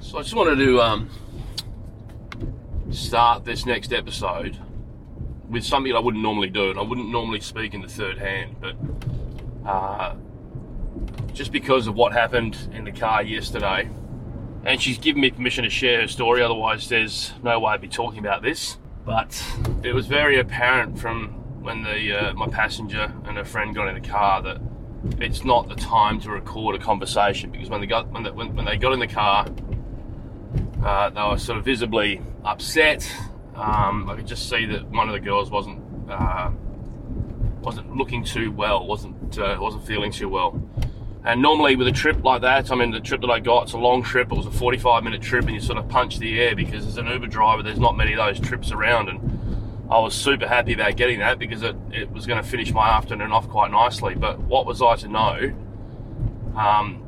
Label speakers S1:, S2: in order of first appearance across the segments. S1: So I just wanted to um, start this next episode with something I wouldn't normally do, and I wouldn't normally speak in the third hand, but uh, just because of what happened in the car yesterday, and she's given me permission to share her story, otherwise, there's no way I'd be talking about this. But it was very apparent from when the uh, my passenger and her friend got in the car that it's not the time to record a conversation because when they got when, the, when, when they got in the car, uh, they were sort of visibly upset. Um, I could just see that one of the girls wasn't uh, wasn't looking too well, wasn't uh, wasn't feeling too well. And normally with a trip like that, I mean the trip that I got, it's a long trip. It was a 45 minute trip, and you sort of punch the air because as an Uber driver, there's not many of those trips around. And I was super happy about getting that because it, it was going to finish my afternoon off quite nicely. But what was I to know? Um,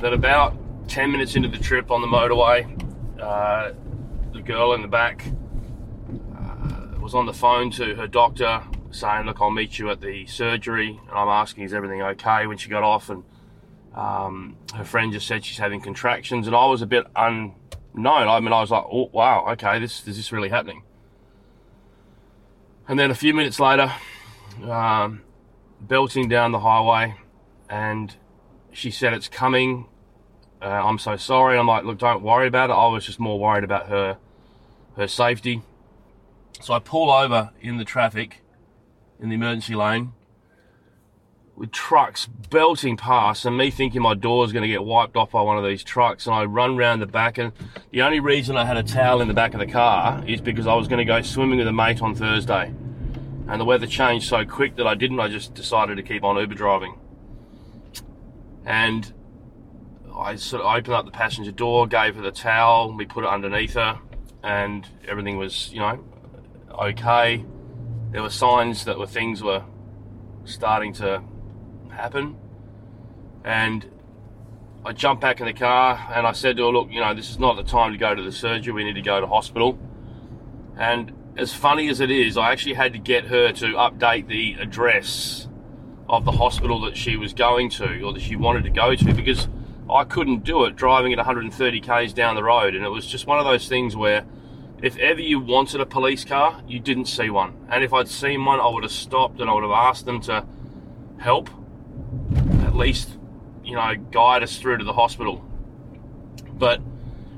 S1: that about 10 minutes into the trip on the motorway, uh, the girl in the back uh, was on the phone to her doctor saying, Look, I'll meet you at the surgery. And I'm asking, Is everything okay when she got off? And um, her friend just said she's having contractions. And I was a bit unknown. I mean, I was like, Oh, wow, okay, this is this really happening? And then a few minutes later, um, belting down the highway, and she said, It's coming uh, I'm so sorry. I'm like, look, don't worry about it. I was just more worried about her, her safety. So I pull over in the traffic, in the emergency lane, with trucks belting past, and me thinking my door's going to get wiped off by one of these trucks. And I run round the back, and the only reason I had a towel in the back of the car is because I was going to go swimming with a mate on Thursday, and the weather changed so quick that I didn't. I just decided to keep on Uber driving, and. I sort of opened up the passenger door, gave her the towel, we put it underneath her, and everything was, you know, okay. There were signs that were things were starting to happen, and I jumped back in the car and I said to her, "Look, you know, this is not the time to go to the surgery. We need to go to hospital." And as funny as it is, I actually had to get her to update the address of the hospital that she was going to or that she wanted to go to because I couldn't do it driving at 130 k's down the road. And it was just one of those things where if ever you wanted a police car, you didn't see one. And if I'd seen one, I would have stopped and I would have asked them to help, at least, you know, guide us through to the hospital. But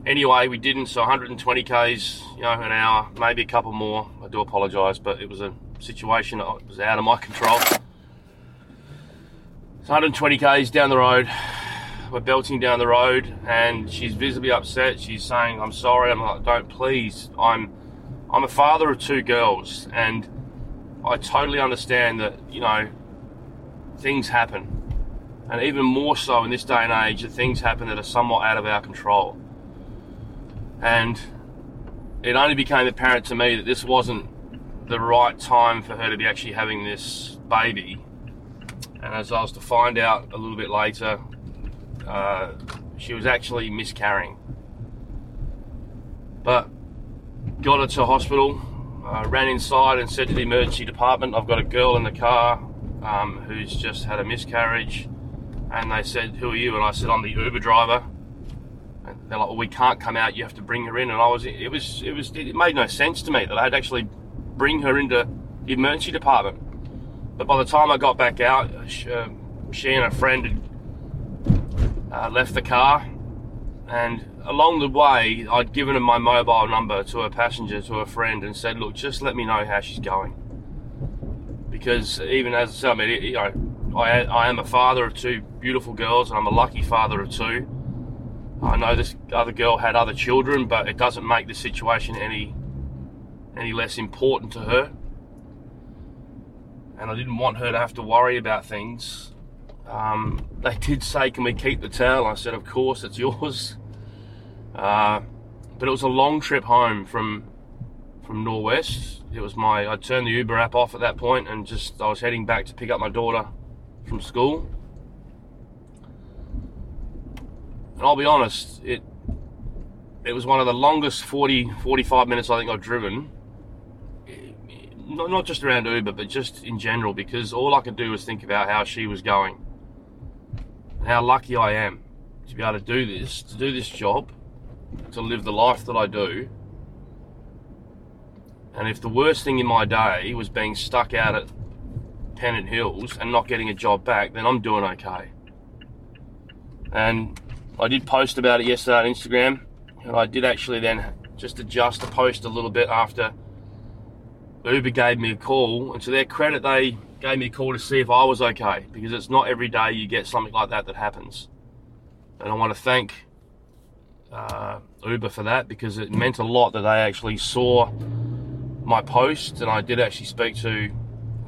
S1: anyway, we didn't. So 120 k's, you know, an hour, maybe a couple more. I do apologise, but it was a situation that was out of my control. So 120 k's down the road. We're belting down the road, and she's visibly upset. She's saying, "I'm sorry." I'm like, "Don't please." I'm, I'm a father of two girls, and I totally understand that you know things happen, and even more so in this day and age, that things happen that are somewhat out of our control. And it only became apparent to me that this wasn't the right time for her to be actually having this baby. And as I was to find out a little bit later, uh, she was actually miscarrying. But got her to hospital, uh, ran inside and said to the emergency department, I've got a girl in the car um, who's just had a miscarriage. And they said, Who are you? And I said, I'm the Uber driver. And they're like, Well, we can't come out, you have to bring her in. And I was, it was, it was, it made no sense to me that I had to actually bring her into the emergency department. But by the time I got back out, she, uh, she and her friend had uh, left the car, and along the way, I'd given her my mobile number to a passenger, to a friend, and said, "Look, just let me know how she's going." Because even as I said, I mean, it- you know, I, I am a father of two beautiful girls, and I'm a lucky father of two. I know this other girl had other children, but it doesn't make the situation any any less important to her. And I didn't want her to have to worry about things um, they did say, "Can we keep the towel?" I said, "Of course, it's yours." Uh, but it was a long trip home from from Norwest. It was my I turned the Uber app off at that point and just I was heading back to pick up my daughter from school. And I'll be honest, it it was one of the longest 40 45 minutes I think I've driven. Not, not just around Uber, but just in general, because all I could do was think about how she was going and how lucky I am to be able to do this, to do this job, to live the life that I do. And if the worst thing in my day was being stuck out at Pennant Hills and not getting a job back, then I'm doing okay. And I did post about it yesterday on Instagram, and I did actually then just adjust the post a little bit after Uber gave me a call. And to their credit, they gave me a call to see if I was okay because it's not every day you get something like that that happens. And I want to thank uh, Uber for that because it meant a lot that they actually saw my post, and I did actually speak to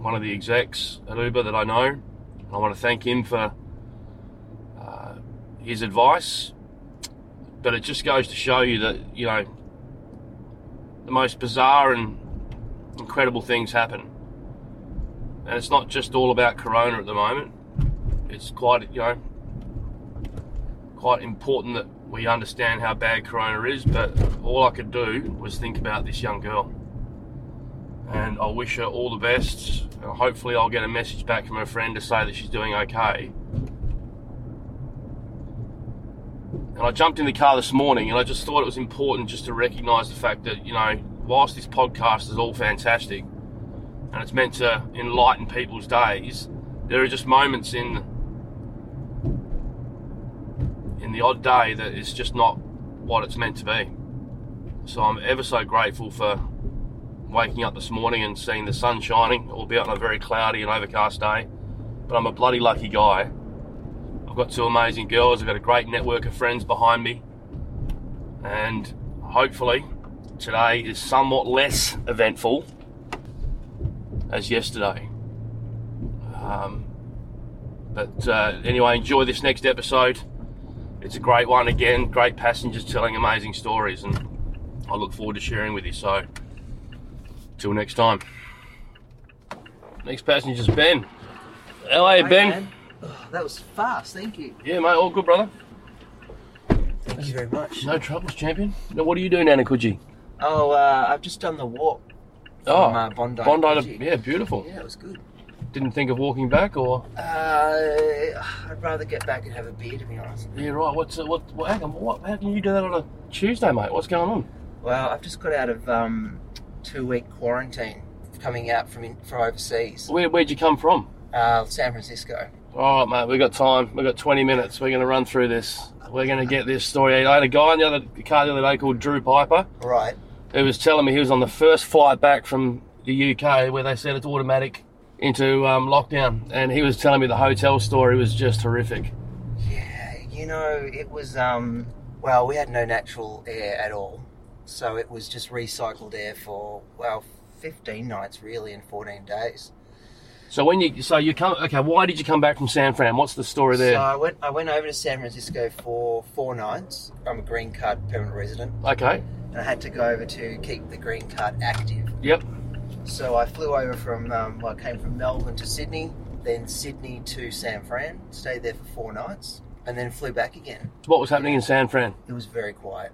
S1: one of the execs at Uber that I know. And I want to thank him for uh, his advice. But it just goes to show you that, you know, the most bizarre and incredible things happen. And it's not just all about Corona at the moment. It's quite, you know, quite important that we understand how bad Corona is. But all I could do was think about this young girl and I wish her all the best. And hopefully, I'll get a message back from her friend to say that she's doing okay. And I jumped in the car this morning, and I just thought it was important just to recognise the fact that you know, whilst this podcast is all fantastic, and it's meant to enlighten people's days, there are just moments in in the odd day that it's just not what it's meant to be. So I'm ever so grateful for waking up this morning and seeing the sun shining, albeit on a very cloudy and overcast day. But I'm a bloody lucky guy. I've got two amazing girls, I've got a great network of friends behind me. And hopefully, today is somewhat less eventful as yesterday. Um, but uh, anyway, enjoy this next episode. It's a great one again, great passengers telling amazing stories, and I look forward to sharing with you. So, Till next time. Next passenger's Ben. How are you,
S2: Hey,
S1: Ben?
S2: man. Oh, that was fast, thank you.
S1: Yeah, mate, all good, brother.
S2: Thank you very much.
S1: No troubles, champion. Now, what are you doing, Anakuji?
S2: Oh, uh, I've just done the walk
S1: Oh,
S2: from uh, Bondi.
S1: Bondi,
S2: Coogee.
S1: to, yeah, beautiful.
S2: Yeah, it was good.
S1: Didn't think of walking back, or
S2: Uh, I'd rather get back and have a beer, to be honest.
S1: yeah, right. What's uh, what? what hang on, what? How can you do that on a Tuesday, mate? What's going on?
S2: Well, I've just got out of um, two week quarantine coming out from, in, from overseas,
S1: Where where'd you come from?
S2: uh, San Francisco.
S1: All right, mate. We got time. We got 20 minutes. We're going to run through this. We're going to get this story. I had a guy in the other the car the other day called Drew Piper.
S2: Right.
S1: who was telling me he was on the first flight back from the UK where they said it's automatic into um, lockdown, and he was telling me the hotel story was just horrific.
S2: Yeah, you know, it was, um, well, we had no natural air at all. So it was just recycled air for, well, 15 nights really and 14 days.
S1: So when you so you come okay, why did you come back from San Fran? What's the story there?
S2: So I went. I went over to San Francisco for four nights. I'm a green card permanent resident,
S1: okay,
S2: and I had to go over to keep the green card active.
S1: yep,
S2: So I flew over from. Um, well, I came from Melbourne to Sydney, then Sydney to San Fran. Stayed there for four nights, and then flew back again.
S1: what was happening in San Fran?
S2: It was very quiet.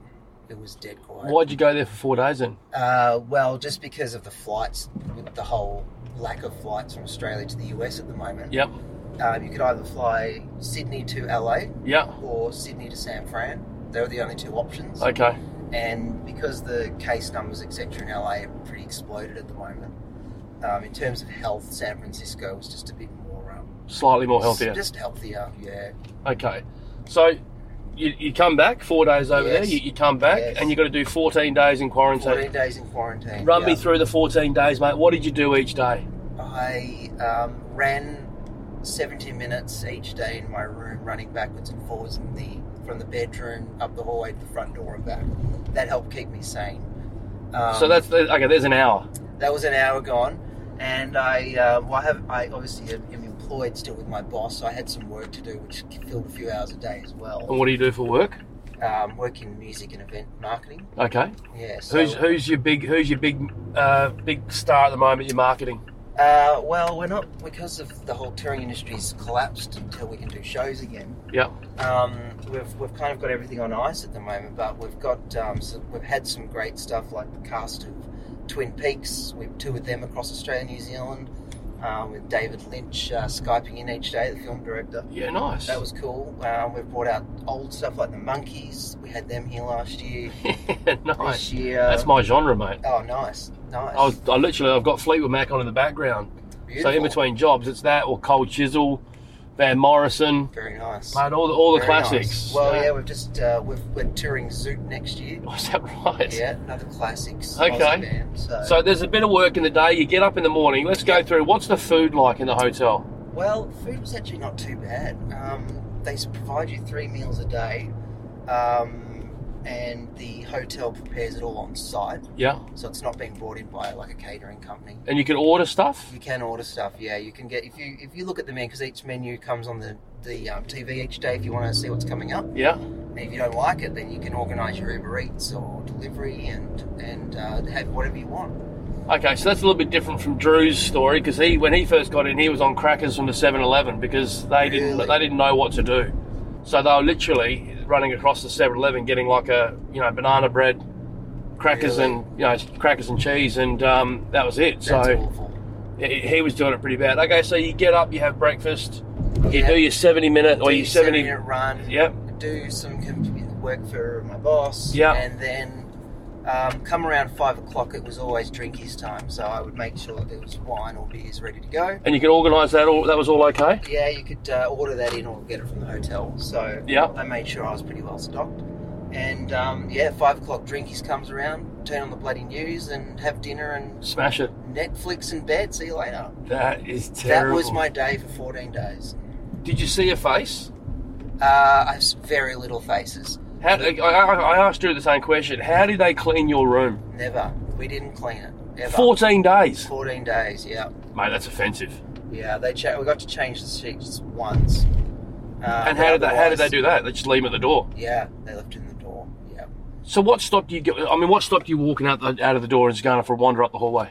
S2: It was dead quiet.
S1: Why'd you go there for four days then?
S2: Uh, well, just because of the flights, with the whole lack of flights from Australia to the US at the moment.
S1: Yep,
S2: Um, you could either fly Sydney to LA
S1: yep,
S2: or Sydney to San Fran. They were the only two options.
S1: okay,
S2: and because the case numbers etc in LA are pretty exploded at the moment, um, in terms of health, San Francisco was just a bit more um,
S1: slightly more healthier.
S2: just healthier. Yeah,
S1: Okay, so. You, you come back four days over
S2: Yes.
S1: there. You, you come back
S2: Yes.
S1: and you got to do 14 days in quarantine.
S2: fourteen days in quarantine.
S1: Run me
S2: yeah.
S1: through the 14 days, mate. What did you do each day?
S2: I um, ran seventy minutes each day in my room, running backwards and forwards in the from the bedroom up the hallway to the front door and back. That helped keep me sane. Um,
S1: so that's okay. There's an hour.
S2: that was an hour gone, and I uh, well, I have I obviously am am employed still with my boss, so I had some work to do, which filled a few hours a day as
S1: And
S2: well.
S1: what do you do for work?
S2: Um, work in music and event marketing.
S1: Okay.
S2: Yeah. So,
S1: Who's who's your big who's your big uh, big star at the moment? Your marketing.
S2: Uh, well, we're not because of the whole touring industry's collapsed until we can do shows again.
S1: Yeah.
S2: Um, we've, we've kind of got everything on ice at the moment, but we've got um, so we've had some great stuff like the cast of Twin Peaks. We've toured them across Australia, and New Zealand. um, with David Lynch uh, skyping in each day, the film director.
S1: Yeah, nice.
S2: That was cool. Um, we've brought out old stuff like the Monkeys. We had them here last year.
S1: nice.
S2: This uh, year,
S1: That's my genre, mate.
S2: oh nice, nice,
S1: I, was, I literally, I've got Fleetwood Mac on in the background.
S2: Beautiful.
S1: So in between jobs, it's that or Cold Chisel, Van Morrison,
S2: very nice.
S1: mate, all the, all the
S2: Very
S1: classics.
S2: nice. Well, yeah, we've just uh, we've, we're touring Zoot next year.
S1: Oh, is that right?
S2: Yeah, another classics.
S1: Okay.
S2: Aussie band, so,
S1: So there's a bit of work in the day. You get up in the morning. Let's go through. What's the food like in the hotel?
S2: well, food was actually not too bad. Um, they s- provide you three meals a day, um, and the hotel prepares it all on site,
S1: Yeah.
S2: so it's not being brought in by like a catering company.
S1: And you can order stuff.
S2: You can order stuff. Yeah, you can get if you if you look at the menu because each menu comes on the the um, TV each day if you want to see what's coming up.
S1: Yeah.
S2: And if you don't like it, then you can organise your Uber Eats or delivery and and uh, have whatever you want.
S1: Okay, so that's a little bit different from Drew's story because he, when he first got in, he was on crackers from the 7-Eleven because they
S2: Really?
S1: didn't they didn't know what to do. So they were literally running across the 7-Eleven, getting like a you know banana bread, crackers
S2: Really?
S1: and you know crackers and cheese, and um, that was it.
S2: That's
S1: so
S2: awful.
S1: he, he was doing it pretty bad. Okay, so you get up, you have breakfast, you
S2: Yeah.
S1: do your 70 minute or
S2: do
S1: your
S2: 70
S1: 70.
S2: minute run.
S1: Yep.
S2: Do some com- work for my boss.
S1: Yeah.
S2: And then um, come around five o'clock, it was always drinkies time. So I would make sure there was wine or beers ready to go.
S1: And you can organise that. All that was all okay.
S2: Yeah, you could uh, order that in or get it from the hotel. So
S1: Yeah.
S2: I made sure I was pretty well stocked. And um, yeah, five o'clock drinkies comes around, turn on the bloody news and have dinner and
S1: Smash it.
S2: Netflix in bed. See you later.
S1: That is terrible.
S2: That was my day for 14 days.
S1: Did you see a face?
S2: Uh, I s- very little faces.
S1: How, I, I I asked Drew the same question. How did they clean your room?
S2: Never. We didn't clean it. Ever.
S1: 14 days.
S2: 14 days, yeah.
S1: Mate, that's offensive.
S2: Yeah, they cha- we got to change the sheets once. Uh,
S1: and how did they, how did they do that? They just leave them at the door.
S2: Yeah, they left it in the door. Yeah.
S1: So what stopped you? go- I mean, what stopped you walking out the, out of the door and just going for a wander up the hallway?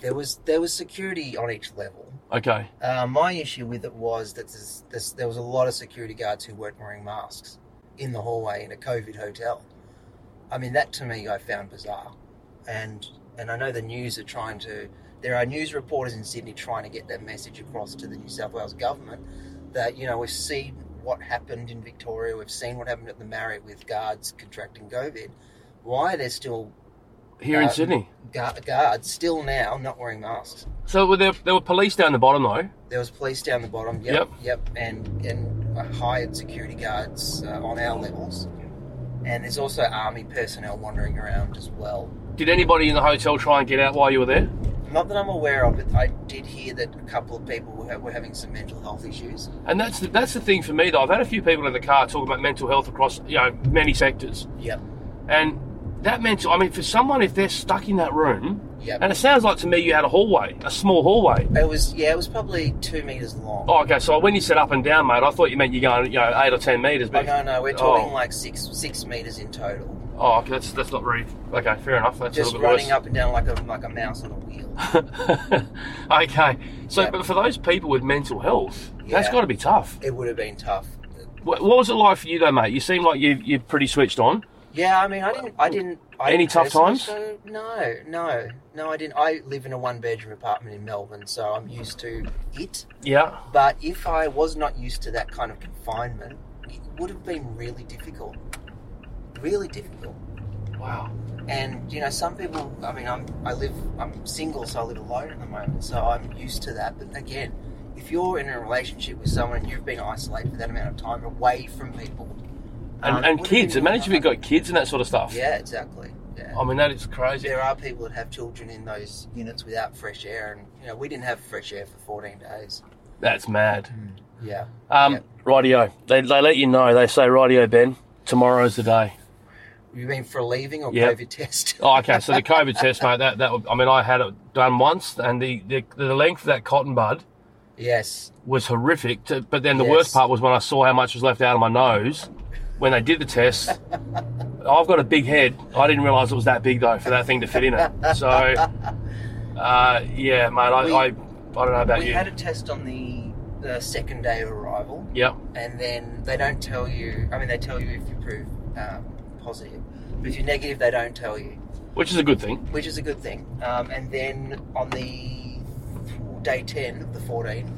S2: There was there was security on each level.
S1: Okay.
S2: Uh, my issue with it was that this, this, there was a lot of security guards who weren't wearing masks in the hallway in a COVID hotel. I mean, that to me I found bizarre, and and I know the news are trying to. There are news reporters in Sydney trying to get that message across to the New South Wales government that you know we've seen what happened in Victoria, we've seen what happened at the Marriott with guards contracting COVID. Why are there still
S1: Here in
S2: Uh,
S1: Sydney.
S2: gu- guards still now not wearing masks?
S1: So were there, there were police down the bottom though.
S2: There was police down the bottom. Yep.
S1: Yep.
S2: Yep. And and uh, hired security guards uh, on our levels. And there's also army personnel wandering around as well.
S1: Did anybody in the hotel try and get out while you were there?
S2: Not that I'm aware of, but I did hear that a couple of people were, were having some mental health issues.
S1: And that's the, that's the thing for me though. I've had a few people in the car talking about mental health across you know many sectors,
S2: Yep.
S1: and that mental. I mean, for someone if they're stuck in that room,
S2: Yep.
S1: and it sounds like to me you had a hallway, a small hallway.
S2: it was yeah, it was probably two meters long.
S1: Oh, okay. So when you said up and down, mate, I thought you meant you're going, you know, eight or ten meters.
S2: Oh,
S1: But
S2: no, no, we're talking
S1: Oh.
S2: like six six meters in total.
S1: oh, okay, that's that's not very okay. Fair enough. That's
S2: Just
S1: a little
S2: running
S1: bit
S2: up and down like a like a mouse on a wheel.
S1: worse. okay. So,
S2: Yeah.
S1: but for those people with mental health, that's
S2: Yeah.
S1: got to be tough.
S2: It would have been tough.
S1: What, what was it like for you though, mate? You seem like you you're pretty switched on.
S2: Yeah, I mean, I didn't. I didn't. I
S1: Any
S2: didn't
S1: tough
S2: personally
S1: times?
S2: go- no, no, no. I didn't. I live in a one-bedroom apartment in Melbourne, so I'm used to it.
S1: Yeah.
S2: But if I was not used to that kind of confinement, it would have been really difficult. Really difficult.
S1: Wow.
S2: Um, And you know, some people. I mean, I'm. I live. I'm single, so I live alone at the moment. So I'm used to that. But again, if you're in a relationship with someone and you've been isolated for that amount of time, away from people,
S1: And,
S2: um,
S1: and
S2: would have
S1: kids.
S2: been
S1: Imagine if you
S2: really
S1: got kids and that sort of stuff.
S2: hard. Yeah, exactly. Yeah.
S1: I mean, that is crazy.
S2: there are people that have children in those units without fresh air, and you know we didn't have fresh air for 14 days.
S1: That's mad.
S2: Yeah,
S1: Um,
S2: Mm. Yeah.
S1: rightio. They they let you know. They say rightio, Ben. Tomorrow's the day.
S2: you mean for leaving or
S1: Yep.
S2: COVID test?
S1: Oh, okay. So the COVID test, mate. That that would- I mean, I had it done once, and the the, the length of that cotton bud
S2: yes,
S1: was horrific. To, but then the
S2: Yes.
S1: worst part was when I saw how much was left out of my nose when they did the test. I've got a big head. I didn't realise it was that big though for that thing to fit in it. So, uh, yeah, mate. I,
S2: We-
S1: I I don't know about
S2: we
S1: you.
S2: had a test on the the second day of arrival,
S1: yeah.
S2: and then they don't tell you. I mean, they tell you if you prove um, positive, but if you're negative, they don't tell you,
S1: Which is a good thing.
S2: which is a good thing. Um, and then on the day 10 of the 14,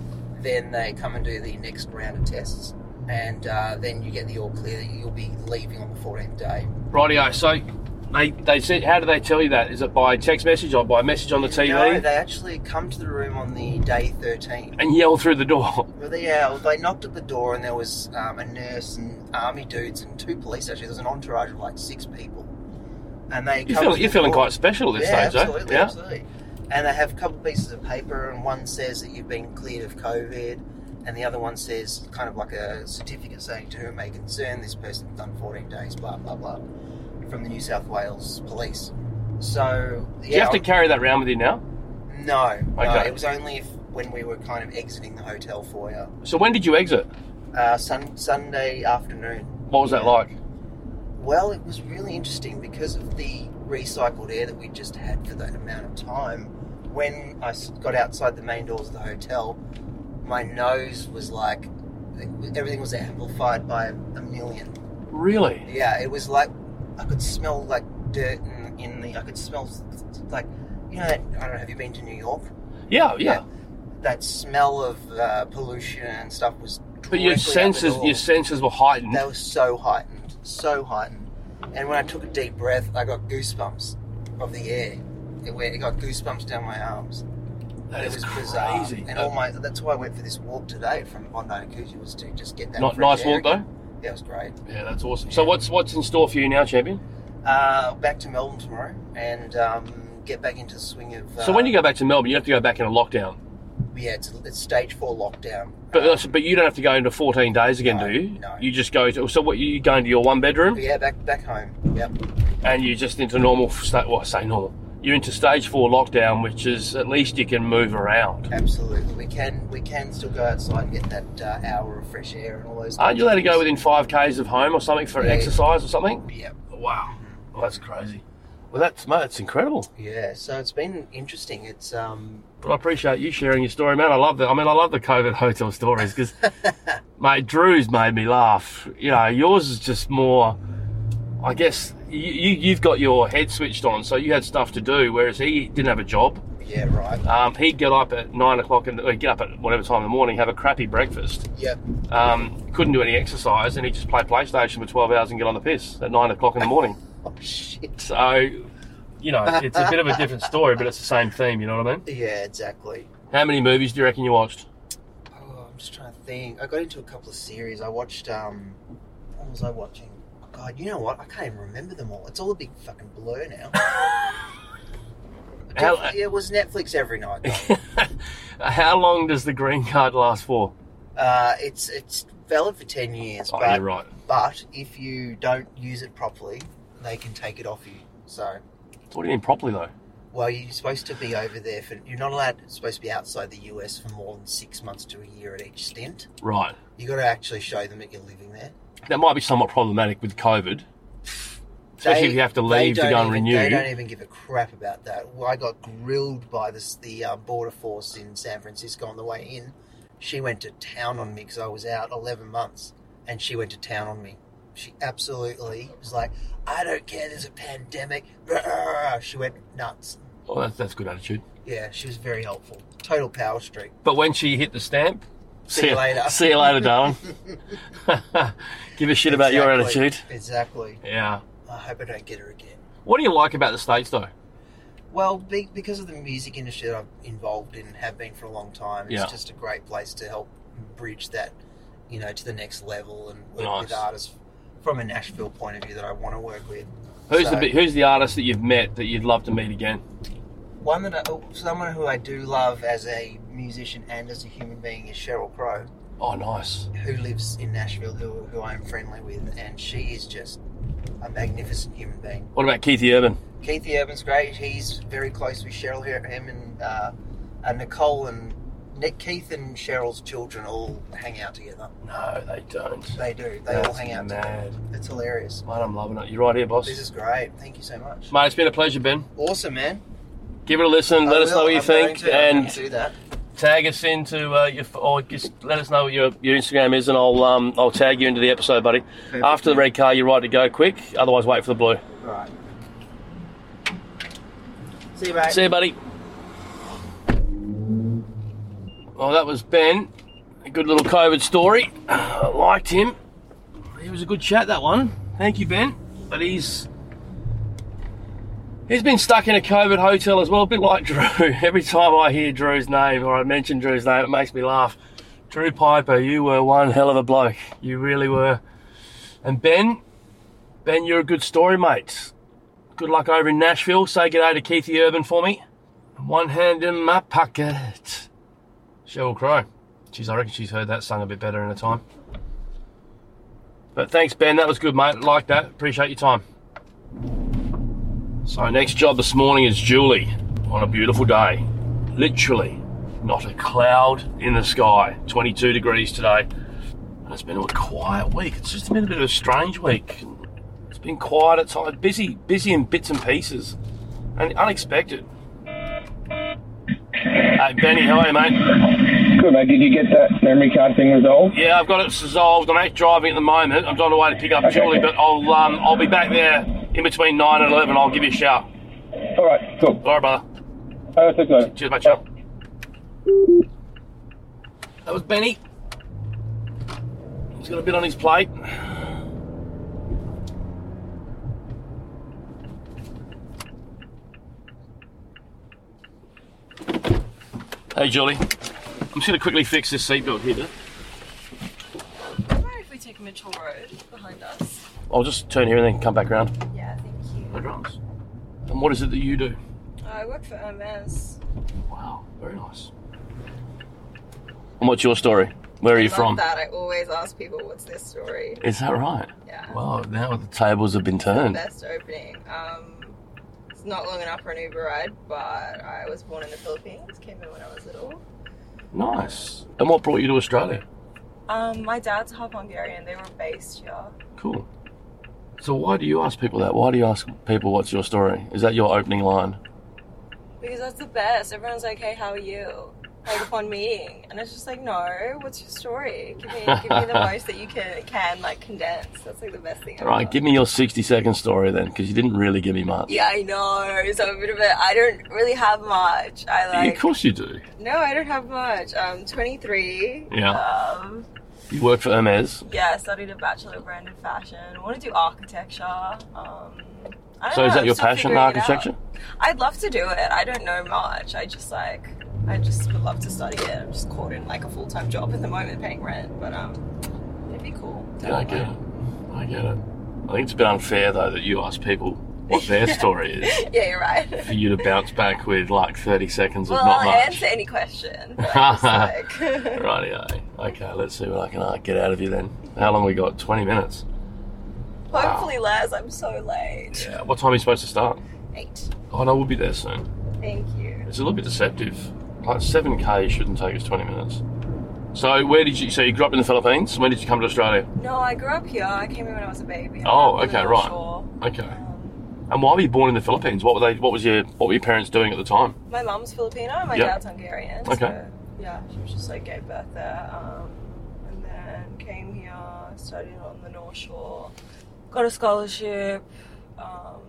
S2: then they come and do the next round of tests. And uh, then you get the all clear that you'll be leaving on the 14th day.
S1: Rightio. So they they said, how do they tell you that? Is it by text message or by message on the TV?
S2: No, they actually come to the room on the day 13.
S1: and yell through the door.
S2: Well, they, yeah, well, they knocked at the door and there was um, a nurse and army dudes and two police. Actually, there was an entourage of like six people. And they
S1: You
S2: come
S1: feel,
S2: to
S1: you're
S2: the
S1: feeling
S2: door.
S1: quite special at this
S2: yeah,
S1: stage, eh?
S2: absolutely, absolutely. And they have a couple pieces of paper, and one says that you've been cleared of COVID, and the other one says kind of like a certificate saying to whom it may concern this person's done 14 days, blah blah blah, from the New South Wales Police. So yeah,
S1: Do you have to
S2: I'm-
S1: carry that round with you now?
S2: no, no,
S1: Okay.
S2: it was only if when we were kind of exiting the hotel foyer,
S1: So when did you exit?
S2: uh, sun, Sunday afternoon.
S1: What was that like?
S2: Well, it was really interesting because of the recycled air that we just had for that amount of time. When I s- got outside the main doors of the hotel, my nose was like everything was amplified by a million.
S1: Really?
S2: Yeah, it was like I could smell like dirt in, in the. I could smell s- like you know. That, I don't know. Have you been to New York?
S1: Yeah, yeah.
S2: That smell of uh, pollution and stuff was.
S1: But your
S2: directly out the
S1: senses,
S2: door.
S1: your senses were heightened.
S2: They were so heightened, so heightened. And when I took a deep breath, I got goosebumps of the air. It, went, it got goosebumps down my arms.
S1: That
S2: it
S1: is
S2: was bizarre.
S1: crazy.
S2: And all my that's why I went for this walk today from Bondi to Coogee was to just get that.
S1: Not
S2: fresh
S1: nice
S2: air
S1: walk though.
S2: again. Yeah, it was great.
S1: Yeah, that's awesome. So what's what's in store for you now, champion?
S2: Uh, back to Melbourne tomorrow and um, get back into the swing of. Uh,
S1: So when you go back to Melbourne, you have to go back in a lockdown.
S2: Yeah, it's, it's stage four lockdown.
S1: But that's- but you don't have to go into 14 days again,
S2: No,
S1: do you?
S2: no.
S1: You just go to so what you go into your one bedroom
S2: But yeah, back back home. Yep.
S1: and you just into normal state. Well, I say normal. You're into stage four lockdown, which is at least you can move around.
S2: Absolutely, we can we can still go outside and get that uh, hour of fresh air and all those.
S1: Aren't you allowed to
S2: things.
S1: go within five k's of home or something for
S2: Yeah.
S1: exercise or something?
S2: Yep.
S1: Wow, well, that's crazy. Well, that's mate, that's incredible.
S2: Yeah, so it's been interesting. It's um,
S1: But I appreciate you sharing your story, man. I love that. I mean, I love the COVID hotel stories because, mate, Drew's made me laugh. You know, yours is just more. I guess you, you you've got your head switched on, so you had stuff to do, whereas he didn't have a job.
S2: yeah, right.
S1: Um, he'd get up at nine o'clock and or get up at whatever time in the morning, have a crappy breakfast.
S2: Yeah,
S1: Um, couldn't do any exercise, and he'd just play PlayStation for twelve hours and get on the piss at nine o'clock in the morning.
S2: oh shit.
S1: So, you know, it's a bit of a different story, but it's the same theme. You know what I mean?
S2: Yeah, exactly.
S1: How many movies do you reckon you watched?
S2: Oh, I'm just trying to think. I got into a couple of series. I watched um, what was I watching? Oh, God, you know what? I can't even remember them all. It's all a big fucking blur now.
S1: How-
S2: Definitely, it was Netflix every night. though.
S1: How long does the green card last for?
S2: uh, it's it's valid for ten years,
S1: Oh,
S2: but
S1: you're right.
S2: but if you don't use it properly, they can take it off you. So.
S1: What do you mean properly though?
S2: Well, you're supposed to be over there for. You're not allowed. It's supposed to be outside the US for more than six months to a year at each stint.
S1: Right.
S2: You got to actually show them that you're living there.
S1: That might be somewhat problematic with COVID, especially if
S2: They-
S1: you have to
S2: they
S1: leave to
S2: don't
S1: go and
S2: even-
S1: renew.
S2: They don't even give a crap about that. Well, I got grilled by this the uh, border force in San Francisco on the way in. She went to town on me because I was out eleven months, and she went to town on me. She absolutely was like, "I don't care. There's a pandemic." She went nuts.
S1: Oh, that's that's good attitude.
S2: Yeah, she was very helpful. Total power streak.
S1: But when she hit the stamp,
S2: See you later.
S1: See you later, darling. Give a shit about your
S2: Exactly,
S1: attitude.
S2: Exactly.
S1: Yeah.
S2: I hope I don't get her again.
S1: What do you like about the states though?
S2: Well, be, because of the music industry that I'm involved in, have been for a long time, it's
S1: Yeah.
S2: just a great place to help bridge that, you know, to the next level and work with
S1: Nice.
S2: artists from a Nashville point of view that I want to work with.
S1: Who's the
S2: So-
S1: the who's the artist that you've met that you'd love to meet again?
S2: One that I, oh, someone who I do love as a musician and as a human being is Cheryl Crow,
S1: Oh, nice.
S2: who lives in Nashville, who who I'm friendly with, and she is just a magnificent human being.
S1: What about Keithy Urban?
S2: Keithy Urban's great. He's very close with Cheryl here. Him and uh, and Nicole and Nick Keith and Cheryl's children all hang out together.
S1: No, they don't.
S2: They do. They all
S1: That's
S2: hang out together.
S1: mad.
S2: It's hilarious.
S1: Mate, I'm loving it. You're right here, boss.
S2: This is great. Thank you so much.
S1: Mate, it's been a pleasure, Ben.
S2: Awesome, man.
S1: Give it a listen.
S2: I
S1: Let us
S2: will.
S1: know what you
S2: I'm going
S1: think,
S2: to- I'm going
S1: and
S2: to do that.
S1: tag us into uh, your or just let us know what your, your Instagram is, and I'll um I'll tag you into the episode, buddy. After the red car, you're right to go quick. Otherwise, wait for the blue.
S2: All right. See you, mate.
S1: See you, buddy. Well, that was Ben. A good little COVID story. I liked him. He was a good chat that one. Thank you, Ben. But he's he's been stuck in a COVID hotel as well, a bit like Drew. Every time I hear Drew's name or I mention Drew's name, it makes me laugh. Drew Piper, you were one hell of a bloke. You really were. And Ben, Ben, you're a good story, mate. Good luck over in Nashville. Say g'day to Keithy Urban for me. One hand in my pocket. Cheryl Crow. Jeez, I reckon she's heard that sung a bit better in her time. But thanks, Ben. That was good, mate. Like that. Appreciate your time. So, next job this morning is Julie on a beautiful day. Literally, not a cloud in the sky. 22 degrees today. And it's been a quiet week. It's just been a bit of a strange week. It's been quiet at times, busy, busy in bits and pieces, and unexpected. Hey, Benny, how are you, mate?
S3: Good, mate. Did you get that memory card thing resolved?
S1: Yeah, I've got it resolved. I'm out driving at the moment. I'm on the way to pick up
S3: Okay.
S1: Julie, but I'll um, I'll be back there in between nine and eleven. I'll give you a shout.
S3: All right, cool.
S1: All right, brother.
S3: Perfect, mate.
S1: Cheers, mate. Ciao. That was Benny. He's got a bit on his plate. Hey, Julie. I'm just going to quickly fix this seatbelt here.
S4: if we take Mitchell Road behind us.
S1: I'll just turn here and then come back round.
S4: Yeah, thank
S1: No
S4: you.
S1: dramas. And what is it that you do?
S4: I work for Hermes.
S1: Wow, very nice. And what's your story? Where are you
S4: I love
S1: from?
S4: That I always ask people what's their story.
S1: Is that right?
S4: Yeah.
S1: Wow, now the tables have been turned.
S4: Best opening. Um, it's not long enough for an Uber ride, but I was born in the Philippines. Came here when I was little.
S1: Nice. And what brought you to Australia?
S4: Um, my dad's half Hungarian. They were based here.
S1: Cool. So why do you ask people that? Why do you ask people what's your story? Is that your opening line?
S4: Because that's the best. Everyone's like, "Hey, how are you?" Like upon meeting, and it's just like, "No, what's your story? Give me, give me the most that you can, can like condense." That's like the best thing.
S1: All
S4: ever.
S1: right, give me your 60 second story then, because you didn't really give me much.
S4: Yeah, I know. So I'm a bit of a. I don't really have much. I
S1: Yeah,
S4: like.
S1: of course you do.
S4: No, I don't have much. I'm 23.
S1: Yeah.
S4: Um,
S1: You work for Hermes.
S4: yeah, studied a bachelor of brand and fashion. want to do architecture. Um, I don't
S1: So
S4: know,
S1: is that
S4: I'm
S1: your
S4: still
S1: passion,
S4: figuring it
S1: architecture?
S4: out. I'd love to do it. I don't know much. I just like. I just would love to study it. I'm just caught in like a full time job at the moment, paying rent. But um, it'd be cool.
S1: Yeah, I get it. I get it. I think it's a bit unfair though that you ask people what their story is.
S4: yeah, you're right.
S1: for you to bounce back with like 30 seconds of
S4: well,
S1: not
S4: I'll
S1: much.
S4: answer any question. but I'm just like-
S1: Rightio. eh. Okay, let's see what I can uh, get out of you then. How long we got? 20 minutes.
S4: Hopefully, Les, I'm so late.
S1: Yeah. What time are you supposed to start?
S4: Eight.
S1: Oh no, we'll be there soon.
S4: Thank you.
S1: It's a little bit deceptive. Like 7k shouldn't take us 20 minutes. So where did you? So you grew up in the Philippines. When did you come to Australia?
S4: No, I grew up here. I came here when I was a
S1: Oh,
S4: baby. I grew up on the
S1: okay,
S4: North
S1: right.
S4: Shore.
S1: Okay.
S4: Um,
S1: And why were you born in the Philippines? What were they? What was your? What were your parents doing at the time?
S4: my mum's Filipino, my
S1: Yep.
S4: dad's Hungarian.
S1: Okay.
S4: So, yeah, she was just like gave birth there. Um, and then came here, studied on the North Shore, got a scholarship, um,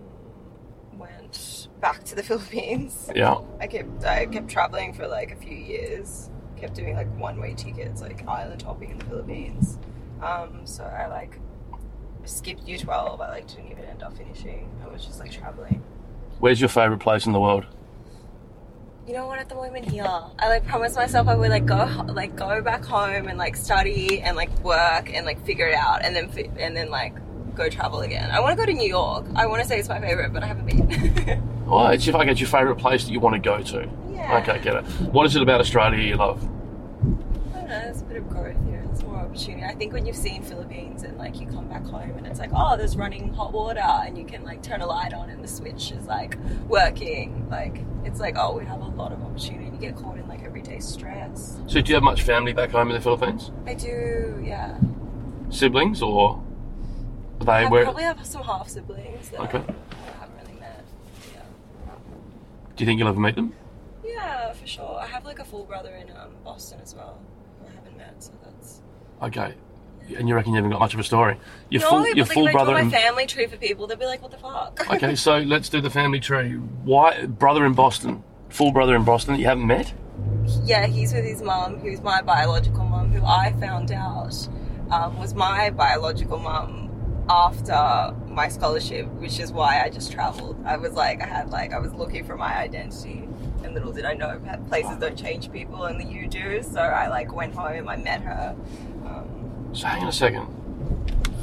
S4: went back to the Philippines.
S1: Yeah.
S4: I kept I kept traveling for like a few years. Kept doing like one way tickets, like island hopping in the Philippines. Um, so I like skipped year twelve. I like didn't even end up finishing. I was just like traveling.
S1: Where's your favourite place in the world?
S4: You know what? At the moment here, I like promised myself I would like go like go back home and like study and like work and like figure it out and then fi- and then like go travel again. I want to go to New York. I want to say it's my favorite, but I haven't been.
S1: Oh, it's if I get your favourite place that you want to go to.
S4: yeah.
S1: Okay, get it. What is it about Australia you love?
S4: I don't know, there's a bit of growth here. There's more opportunity. I think when you've seen Philippines and like you come back home and it's like, oh, there's running hot water and you can like turn a light on and the switch is like working. Like it's like, oh, we have a lot of opportunity. You get caught in like everyday stress.
S1: So do you have much family back home in the Philippines?
S4: I do, yeah.
S1: Siblings or are they
S4: I
S1: where
S4: probably have some half siblings that
S1: Okay.
S4: I haven't really met. Yeah.
S1: do you think you'll ever meet them?
S4: yeah, for sure. I have like a full brother in um, Boston as well. who I haven't met, so that's
S1: Okay. And you reckon you haven't got much of a story? Your
S4: no,
S1: full
S4: but
S1: your
S4: like,
S1: full
S4: if
S1: brother
S4: I do
S1: and
S4: my family tree for people, they'll be like, what the fuck?
S1: Okay, so let's do the family tree. Why brother in Boston? Full brother in Boston that you haven't met?
S4: yeah, he's with his mum, who's my biological mum, who I found out um, was my biological mum after my scholarship, which is why I just travelled. I was like, I had like, I was looking for my identity, and little did I know that places don't change people, and that you do. So I like went home, I met her. Um,
S1: So hang on a second.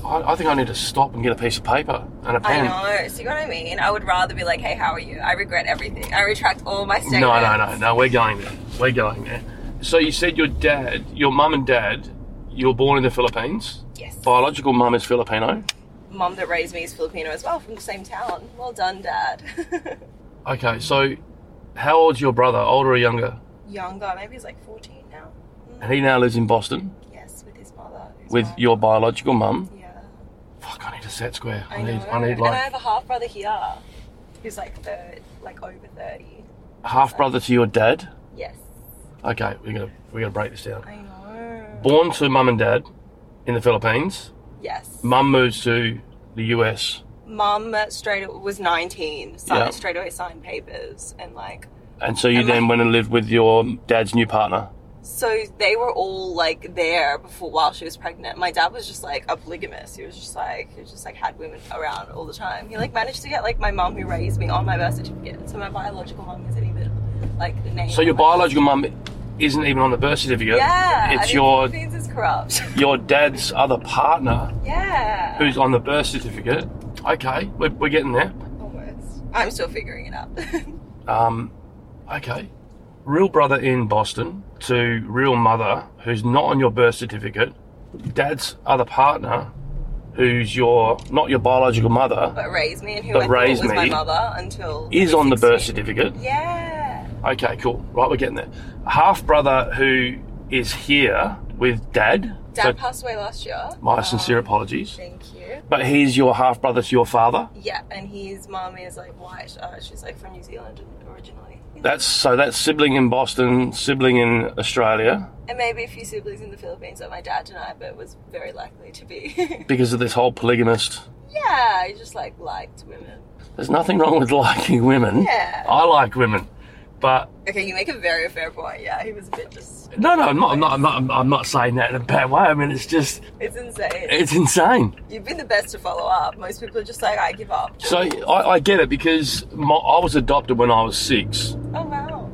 S1: I, I think I need to stop and get a piece of paper and a
S4: I
S1: pen.
S4: know. See what I mean? I would rather be like, hey, how are you? I regret everything. I retract all my statements.
S1: No, no, no, no. We're going there. We're going there. So you said your dad, your mum and dad, you were born in the Philippines.
S4: Yes.
S1: Biological mum is Filipino.
S4: Mum that raised me is Filipino as well, from the same town. Well done, Dad.
S1: Okay, so how old's your brother? Older or younger?
S4: Younger, maybe he's like 14 now.
S1: And he now lives in Boston
S4: Yes, with his mother. who's
S1: with
S4: mine.
S1: your biological mum.
S4: Yeah.
S1: Fuck, I need a set square. I,
S4: I know.
S1: need, I need
S4: and I
S1: like
S4: have a half brother here who's like third, like over 30.
S1: half brother to your dad.
S4: Yes.
S1: Okay, we're gonna we're gonna break this down.
S4: I know.
S1: Born to mum and dad in the Philippines.
S4: Yes.
S1: Mum moves to the US,
S4: Mum uh, straight was 19, so
S1: Yeah.
S4: straight away signed papers and like
S1: and so you
S4: And
S1: then
S4: my-
S1: went and lived with your dad's new partner.
S4: so they were all like there before while she was pregnant. My dad was just like a polygamist. He was just like he was just like had women around all the time. He like managed to get like my mum who raised me on my birth certificate. So my biological mum isn't even like the name.
S1: So your
S4: on my-
S1: biological mum isn't even on the birth certificate.
S4: Yeah, I
S1: it's
S4: think
S1: your
S4: Philippines is corrupt.
S1: your dad's other partner
S4: yeah,
S1: who's on the birth certificate. Okay, we're, we're getting there.
S4: almost. I'm still figuring it out.
S1: Um, okay, real brother in Boston to real mother who's not on your birth certificate. Dad's other partner, who's your not your biological mother,
S4: but raised me and who
S1: But
S4: I thought
S1: raised
S4: was my
S1: me
S4: mother until
S1: is on the birth
S4: 16.
S1: certificate.
S4: Yeah,
S1: Okay, cool. Right, we're getting there. Half brother who is here with dad.
S4: dad
S1: So
S4: passed away last year.
S1: my
S4: Um,
S1: sincere apologies.
S4: Thank you.
S1: But he's your half brother to your father.
S4: Yeah, and his mum is like white. Uh, she's like from New Zealand originally.
S1: That's so that's sibling in Boston, sibling in Australia
S4: and maybe a few siblings in the Philippines that my dad denied, but was very likely to be.
S1: because of this whole polygamist.
S4: yeah, he just like liked women.
S1: There's nothing wrong with liking women.
S4: Yeah.
S1: I like women, but
S4: Okay, you make a very fair point. Yeah, he was a bit just.
S1: no, no, I'm not. I'm not. I'm not. I'm- I'm not saying that in a bad way. I mean, it's just
S4: It's insane.
S1: it's insane.
S4: You've been the best to follow up. Most people are just like, I give up.
S1: So I, I get it because my, I was adopted when I was six.
S4: Oh wow.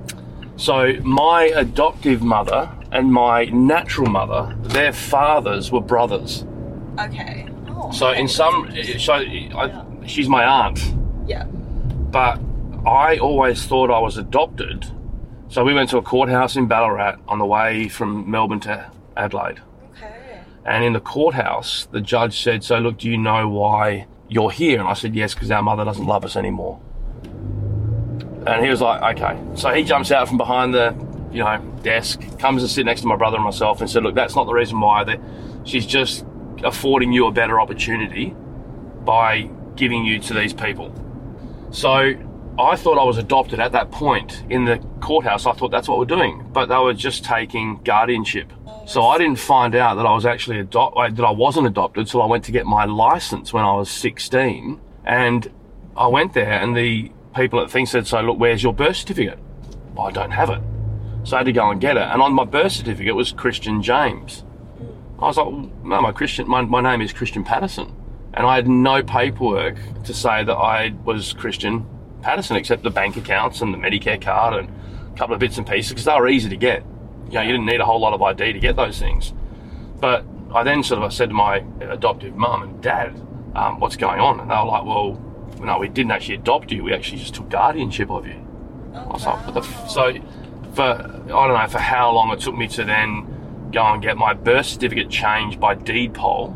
S1: So my adoptive mother and my natural mother, their fathers were brothers.
S4: Okay. Oh,
S1: So
S4: okay.
S1: in some, so I, she's my aunt.
S4: Yeah.
S1: but I always thought I was adopted. So we went to a courthouse in Ballarat on the way from Melbourne to Adelaide.
S4: Okay.
S1: And in the courthouse, the judge said, So, look, do you know why you're here? And I said, Yes, because our mother doesn't love us anymore. And he was like, Okay. So he jumps out from behind the, you know, desk, comes and sits next to my brother and myself and said, Look, that's not the reason why. That She's just affording you a better opportunity by giving you to these people. So I thought I was adopted at that point in the courthouse. I thought that's what we're doing, but they were just taking guardianship. So I didn't find out that I was actually adopted, that I wasn't adopted till I went to get my license when I was 16. And I went there and the people at the thing said, so look, where's your birth certificate? I don't have it. So I had to go and get it. And on my birth certificate was Christian James. I was like, well, no, my Christian, my, my name is Christian Patterson. And I had no paperwork to say that I was Christian Patterson, except the bank accounts and the Medicare card and a couple of bits and pieces, because they were easy to get. You know, you didn't need a whole lot of ID to get those things. But I then sort of I said to my adoptive mum and dad, um, what's going on? And they were like, well, no, we didn't actually adopt you. We actually just took guardianship of you.
S4: Oh,
S1: I was like, what the f-? So, for I don't know for how long it took me to then go and get my birth certificate changed by deed poll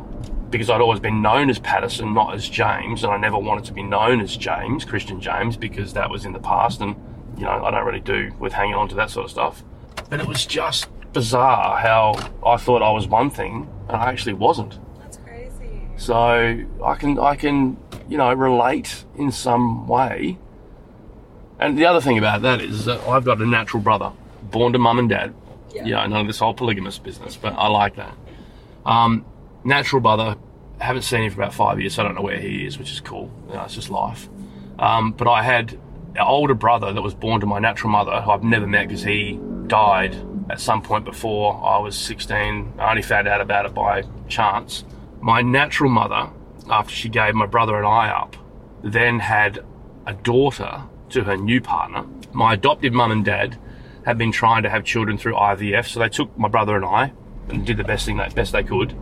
S1: because I'd always been known as Patterson, not as James, and I never wanted to be known as James, Christian James, because that was in the past, and you know I don't really do with hanging on to that sort of stuff. But it was just bizarre how I thought I was one thing and I actually wasn't.
S4: That's crazy.
S1: So I can I can you know relate in some way. And the other thing about that is that I've got a natural brother, born to mum and dad.
S4: Yeah.
S1: You know, none of this whole polygamous business, but I like that. Um, natural brother, haven't seen him for about five years, so I don't know where he is, which is cool. You know, it's just life. Um, but I had an older brother that was born to my natural mother, who I've never met because he died at some point before I was 16. I only found out about it by chance. My natural mother, after she gave my brother and I up, then had a daughter to her new partner. My adopted mum and dad had been trying to have children through IVF, so they took my brother and I and did the best thing they best they could.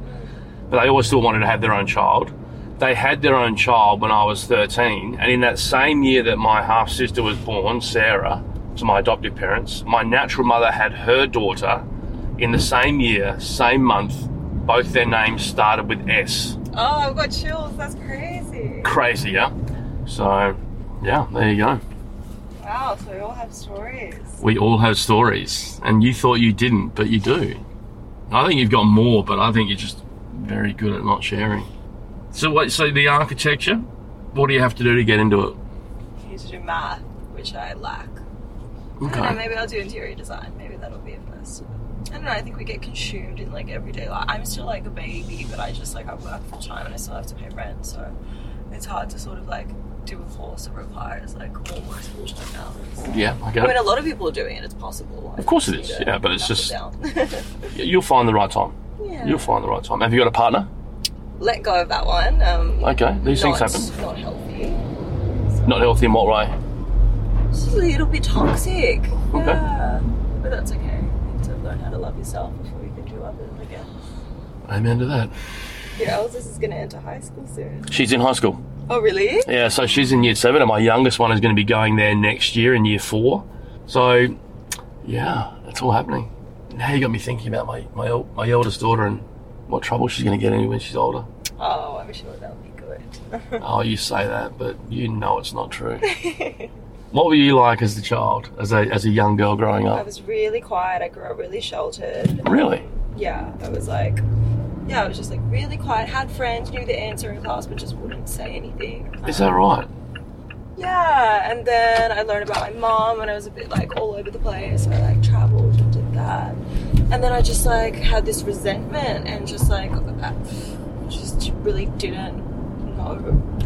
S1: But they always still wanted to have their own child. They had their own child when I was 13, and in that same year that my half sister was born, Sarah, to my adoptive parents, my natural mother had her daughter in the same year, same month. Both their names started with S.
S4: Oh, I've got chills. That's crazy.
S1: Crazy, yeah? So, yeah, there you go.
S4: Wow, so we all have stories.
S1: We all have stories, and you thought you didn't, but you do. I think you've got more, but I think you're just very good at not sharing. So, what? So the architecture. What do you have to do to get into it?
S4: You need to do math, which I lack. I don't know, maybe I'll do interior design. Maybe that'll be a first. I don't know, I think we get consumed in like everyday life. I'm still like a baby, but I just like I work full time and I still have to pay rent, so it's hard to sort of like do a course that requires like almost full time hours.
S1: Yeah, I
S4: I
S1: get
S4: mean,
S1: it.
S4: a lot of people are doing it. It's possible. I
S1: Of course
S4: just
S1: it
S4: need
S1: is,
S4: to
S1: yeah, but it's just-
S4: knuckle down.
S1: You'll find the right time.
S4: yeah.
S1: You'll find the right time. Have you got a partner?
S4: Let go of that one. Um,
S1: Okay, these
S4: not,
S1: things happen.
S4: Not healthy.
S1: Not healthy in what way?
S4: It's just a little bit toxic.
S1: Okay.
S4: Yeah, but that's okay. You have to learn how to love yourself before you can do others. I guess.
S1: Amen to that.
S4: Your eldest is going to enter high school soon.
S1: She's in high school.
S4: Oh, really?
S1: Yeah, so she's in year seven, and my youngest one is going to be going there next year in year four. So, yeah, that's all happening. Now you got me thinking about my my, el- my eldest daughter and what trouble she's going to get into when she's older.
S4: Oh, I'm sure that'll be good.
S1: Oh, you say that, but you know it's not true. what were you like as a child, as a as a young girl growing
S4: I
S1: up?
S4: was really quiet. I grew up really sheltered.
S1: Really?
S4: Yeah, I was like, yeah, I was just like really quiet. Had friends, knew the answer in class, but just wouldn't say anything.
S1: Is that right?
S4: Yeah, and then I learned about my mom and I was a bit like all over the place. I like traveled and did that. And then I just like had this resentment and just like I just really didn't know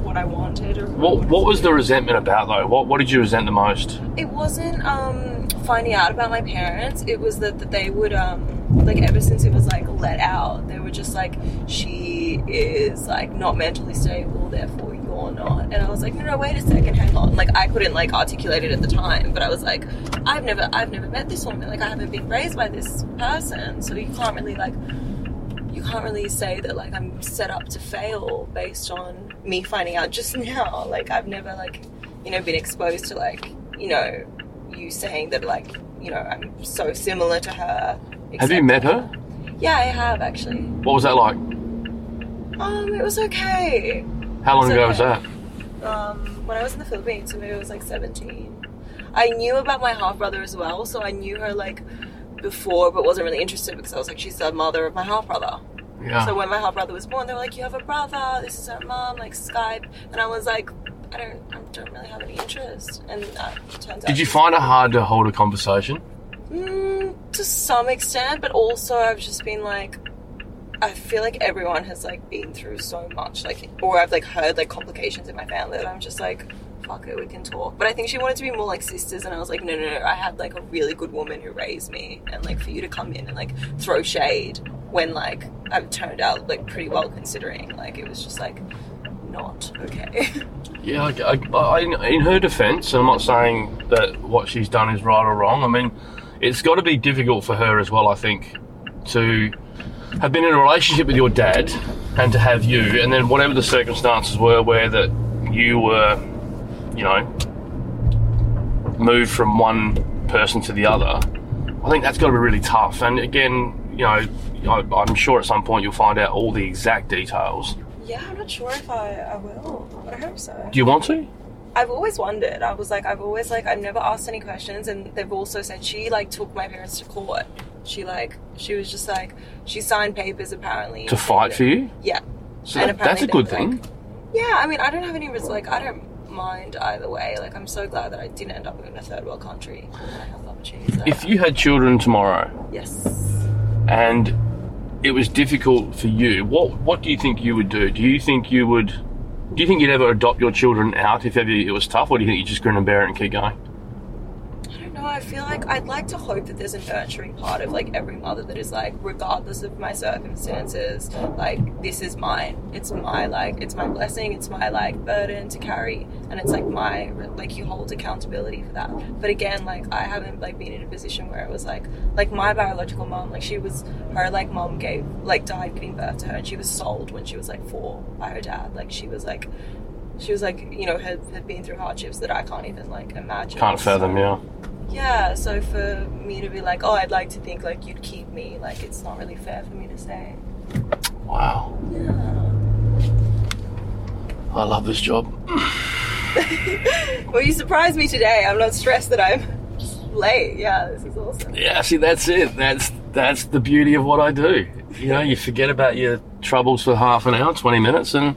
S4: what I wanted or
S1: What
S4: I
S1: What was the
S4: did.
S1: resentment about though? What What did you resent the most?
S4: It wasn't um finding out about my parents. It was that, that they would um like ever since it was like let out, they were just like she is like not mentally stable, therefore you're not. And I was like, no, no, wait a second, hang on. Like I couldn't like articulate it at the time, but I was like, I've never, I've never met this woman. Like I haven't been raised by this person, so you can't really like. You can't really say that like I'm set up to fail based on me finding out just now. Like I've never like you know, been exposed to like, you know, you saying that like, you know, I'm so similar to her.
S1: Have you
S4: except-
S1: met her?
S4: Yeah, I have actually.
S1: What was that like?
S4: Um, it was okay.
S1: How long
S4: It's
S1: ago was
S4: okay.
S1: that?
S4: Um, when I was in the Philippines, so maybe I was like 17. I knew about my half brother as well, so I knew her like before, but wasn't really interested because I was like, she's the mother of my half brother.
S1: Yeah.
S4: So when my half brother was born, they were like, "You have a brother. This is our mom." Like Skype, and I was like, "I don't, I don't really have any interest." And uh, it turns out,
S1: Did you find it hard to hold a conversation?
S4: Mm, to some extent, but also I've just been like, I feel like everyone has like been through so much, like, or I've like heard like complications in my family that I'm just like, fuck it, we can talk. But I think she wanted to be more like sisters, and I was like, no, no, no, I had like a really good woman who raised me, and like for you to come in and like throw shade when like I've turned out like pretty well considering, like it was just like not okay.
S1: Yeah, I, I, I, in- in her defence, and I'm not saying that what she's done is right or wrong. I mean, it's got to be difficult for her as well. I think to have been in a relationship with your dad and to have you, and then whatever the circumstances were, where that you were, you know, moved from one person to the other. I think that's got to be really tough. And again, you know, I, I'm sure at some point you'll find out all the exact details.
S4: yeah, I'm not sure if I, I will, but I hope so.
S1: Do you want to?
S4: I've always wondered. I was like, I've always like, I've never asked any questions, and they've also said she like took my parents to court. She like, she was just like, she signed papers apparently
S1: To fight for you?
S4: Yeah,
S1: So
S4: And
S1: that- that's a
S4: apparently
S1: good
S4: they were
S1: thing.
S4: like- yeah. I mean, I don't have any res- like, I don't mind either way. Like, I'm so glad that I didn't end up in a third world country. I have the opportunity. so-
S1: If you had children tomorrow
S4: yes,
S1: and it was difficult for you, what what do you think you would do? Do you think you would do you think you'd ever adopt your children out if ever it was tough, or do you think you're just grin and bear it and keep going?
S4: I don't know. know. I feel like I'd like to hope that there's a nurturing part of like every mother that is like, regardless of my circumstances, like this is mine. It's my like, it's my blessing. It's my like burden to carry, and it's like my like you hold accountability for that. But again, like I haven't like been in a position where it was like like my biological mom, like she was her like mom gave like died giving birth to her, and she was sold when she was like four by her dad. Like she was like she was like, you know, had, had been through hardships that I can't even like imagine.
S1: Can't fathom,
S4: So-
S1: yeah.
S4: Yeah, so for me to be like, oh, I'd like to think like you'd keep me, like it's not really fair for me to say.
S1: Wow.
S4: Yeah.
S1: I love this job.
S4: Well, you surprised me today. I'm not stressed that I'm late. Yeah, this is awesome.
S1: Yeah, see, that's it. That's that's the beauty of what I do. You know, you forget about your troubles for half an hour, 20 minutes, and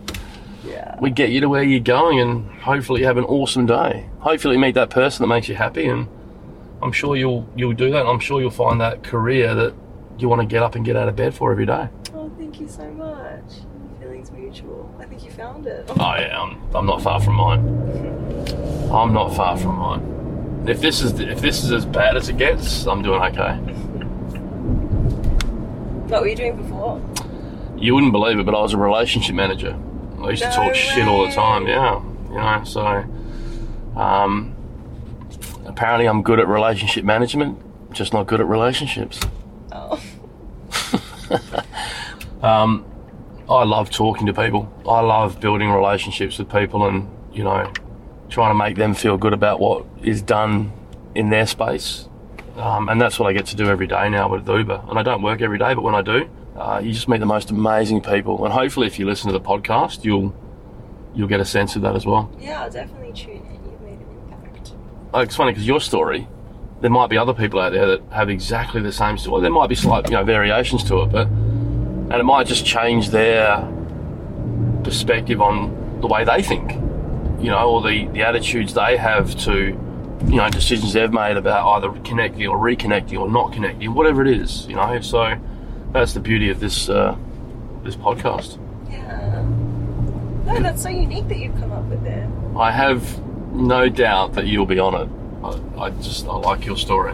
S4: Yeah.
S1: we get you to where you're going and hopefully have an awesome day. Hopefully meet that person that makes you happy and I'm sure you'll you'll do that. I'm sure you'll find that career that you want to get up and get out of bed for every day.
S4: Oh, thank you so much. Feelings mutual. I think you found it.
S1: Oh yeah, I'm, I'm not far from mine. I'm not far from mine. If this is if this is as bad as it gets, I'm doing okay.
S4: What were you doing before?
S1: You wouldn't believe it, but I was a relationship manager. I used to
S4: No
S1: talk shit all the
S4: way.
S1: time. Yeah, you know. So, um, apparently, I'm good at relationship management, just not good at relationships.
S4: Oh,
S1: Um, I love talking to people. I love building relationships with people, and you know, trying to make them feel good about what is done in their space. Um, and that's what I get to do every day now with Uber. And I don't work every day, but when I do, uh, you just meet the most amazing people. And hopefully, if you listen to the podcast, you'll you'll get a sense of that as well.
S4: yeah, I'll definitely tune in. You've made an impact.
S1: Oh, it's funny because your story, there might be other people out there that have exactly the same story. There might be slight, you know, variations to it, but and it might just change their perspective on the way they think, you know, or the, the attitudes they have to, you know, decisions they've made about either connecting or reconnecting or not connecting, whatever it is, you know. So that's the beauty of this uh, this podcast.
S4: Yeah. No, that's so unique that you've come up with it.
S1: I have no doubt that you'll be on it. I, I just I like your story.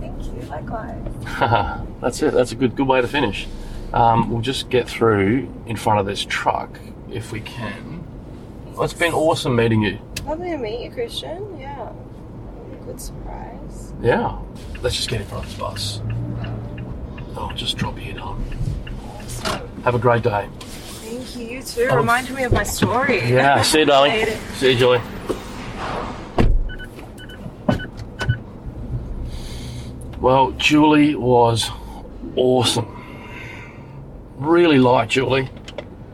S4: Thank you. Likewise.
S1: That's it. That's a good good way to finish. Um, we'll just get through in front of this truck if we can. Well, it's been awesome meeting you.
S4: Lovely to meet you, Christian. Yeah. Good surprise.
S1: Yeah. Let's just get in front of this bus. I'll just drop you down.
S4: Awesome.
S1: Have a great day.
S4: Thank you. You too. Reminded me of my story.
S1: Oh. Yeah. See you, darling.
S4: Later.
S1: See you, Julie. Well, Julie was awesome. Really liked Julie.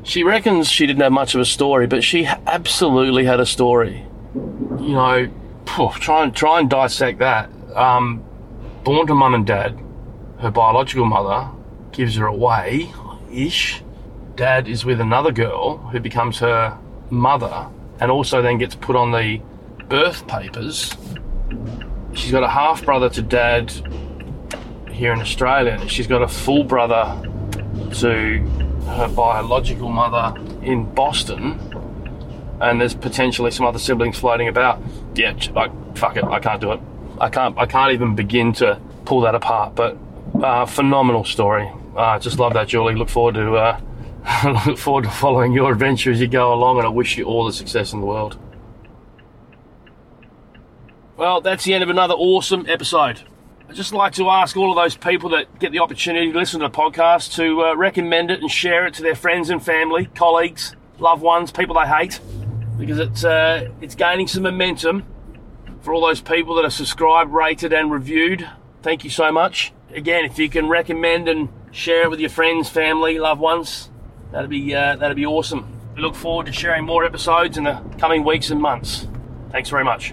S1: She reckons she didn't have much of a story, but she absolutely had a story. You know, phew, try and try and dissect that. Um, born to mum and dad, her biological mother gives her away, ish. Dad is with another girl who becomes her mother, and also then gets put on the birth papers. She's got a half brother to dad here in Australia, and she's got a full brother to her biological mother in Boston, and there's potentially some other siblings floating about. Yeah, ch- like fuck it, I can't do it. I can't. I can't even begin to pull that apart. But uh, phenomenal story. Uh, just love that, Julie. Look forward to uh, look forward to following your adventure as you go along, and I wish you all the success in the world. Well, that's the end of another awesome episode. I'd just like to ask all of those people that get the opportunity to listen to the podcast to uh, recommend it and share it to their friends and family, colleagues, loved ones, people they hate, because it's uh, it's gaining some momentum for all those people that have subscribed, rated, and reviewed. Thank you so much. Again, if you can recommend and share it with your friends, family, loved ones, that'd be uh, that'd be awesome. We look forward to sharing more episodes in the coming weeks and months. Thanks very much.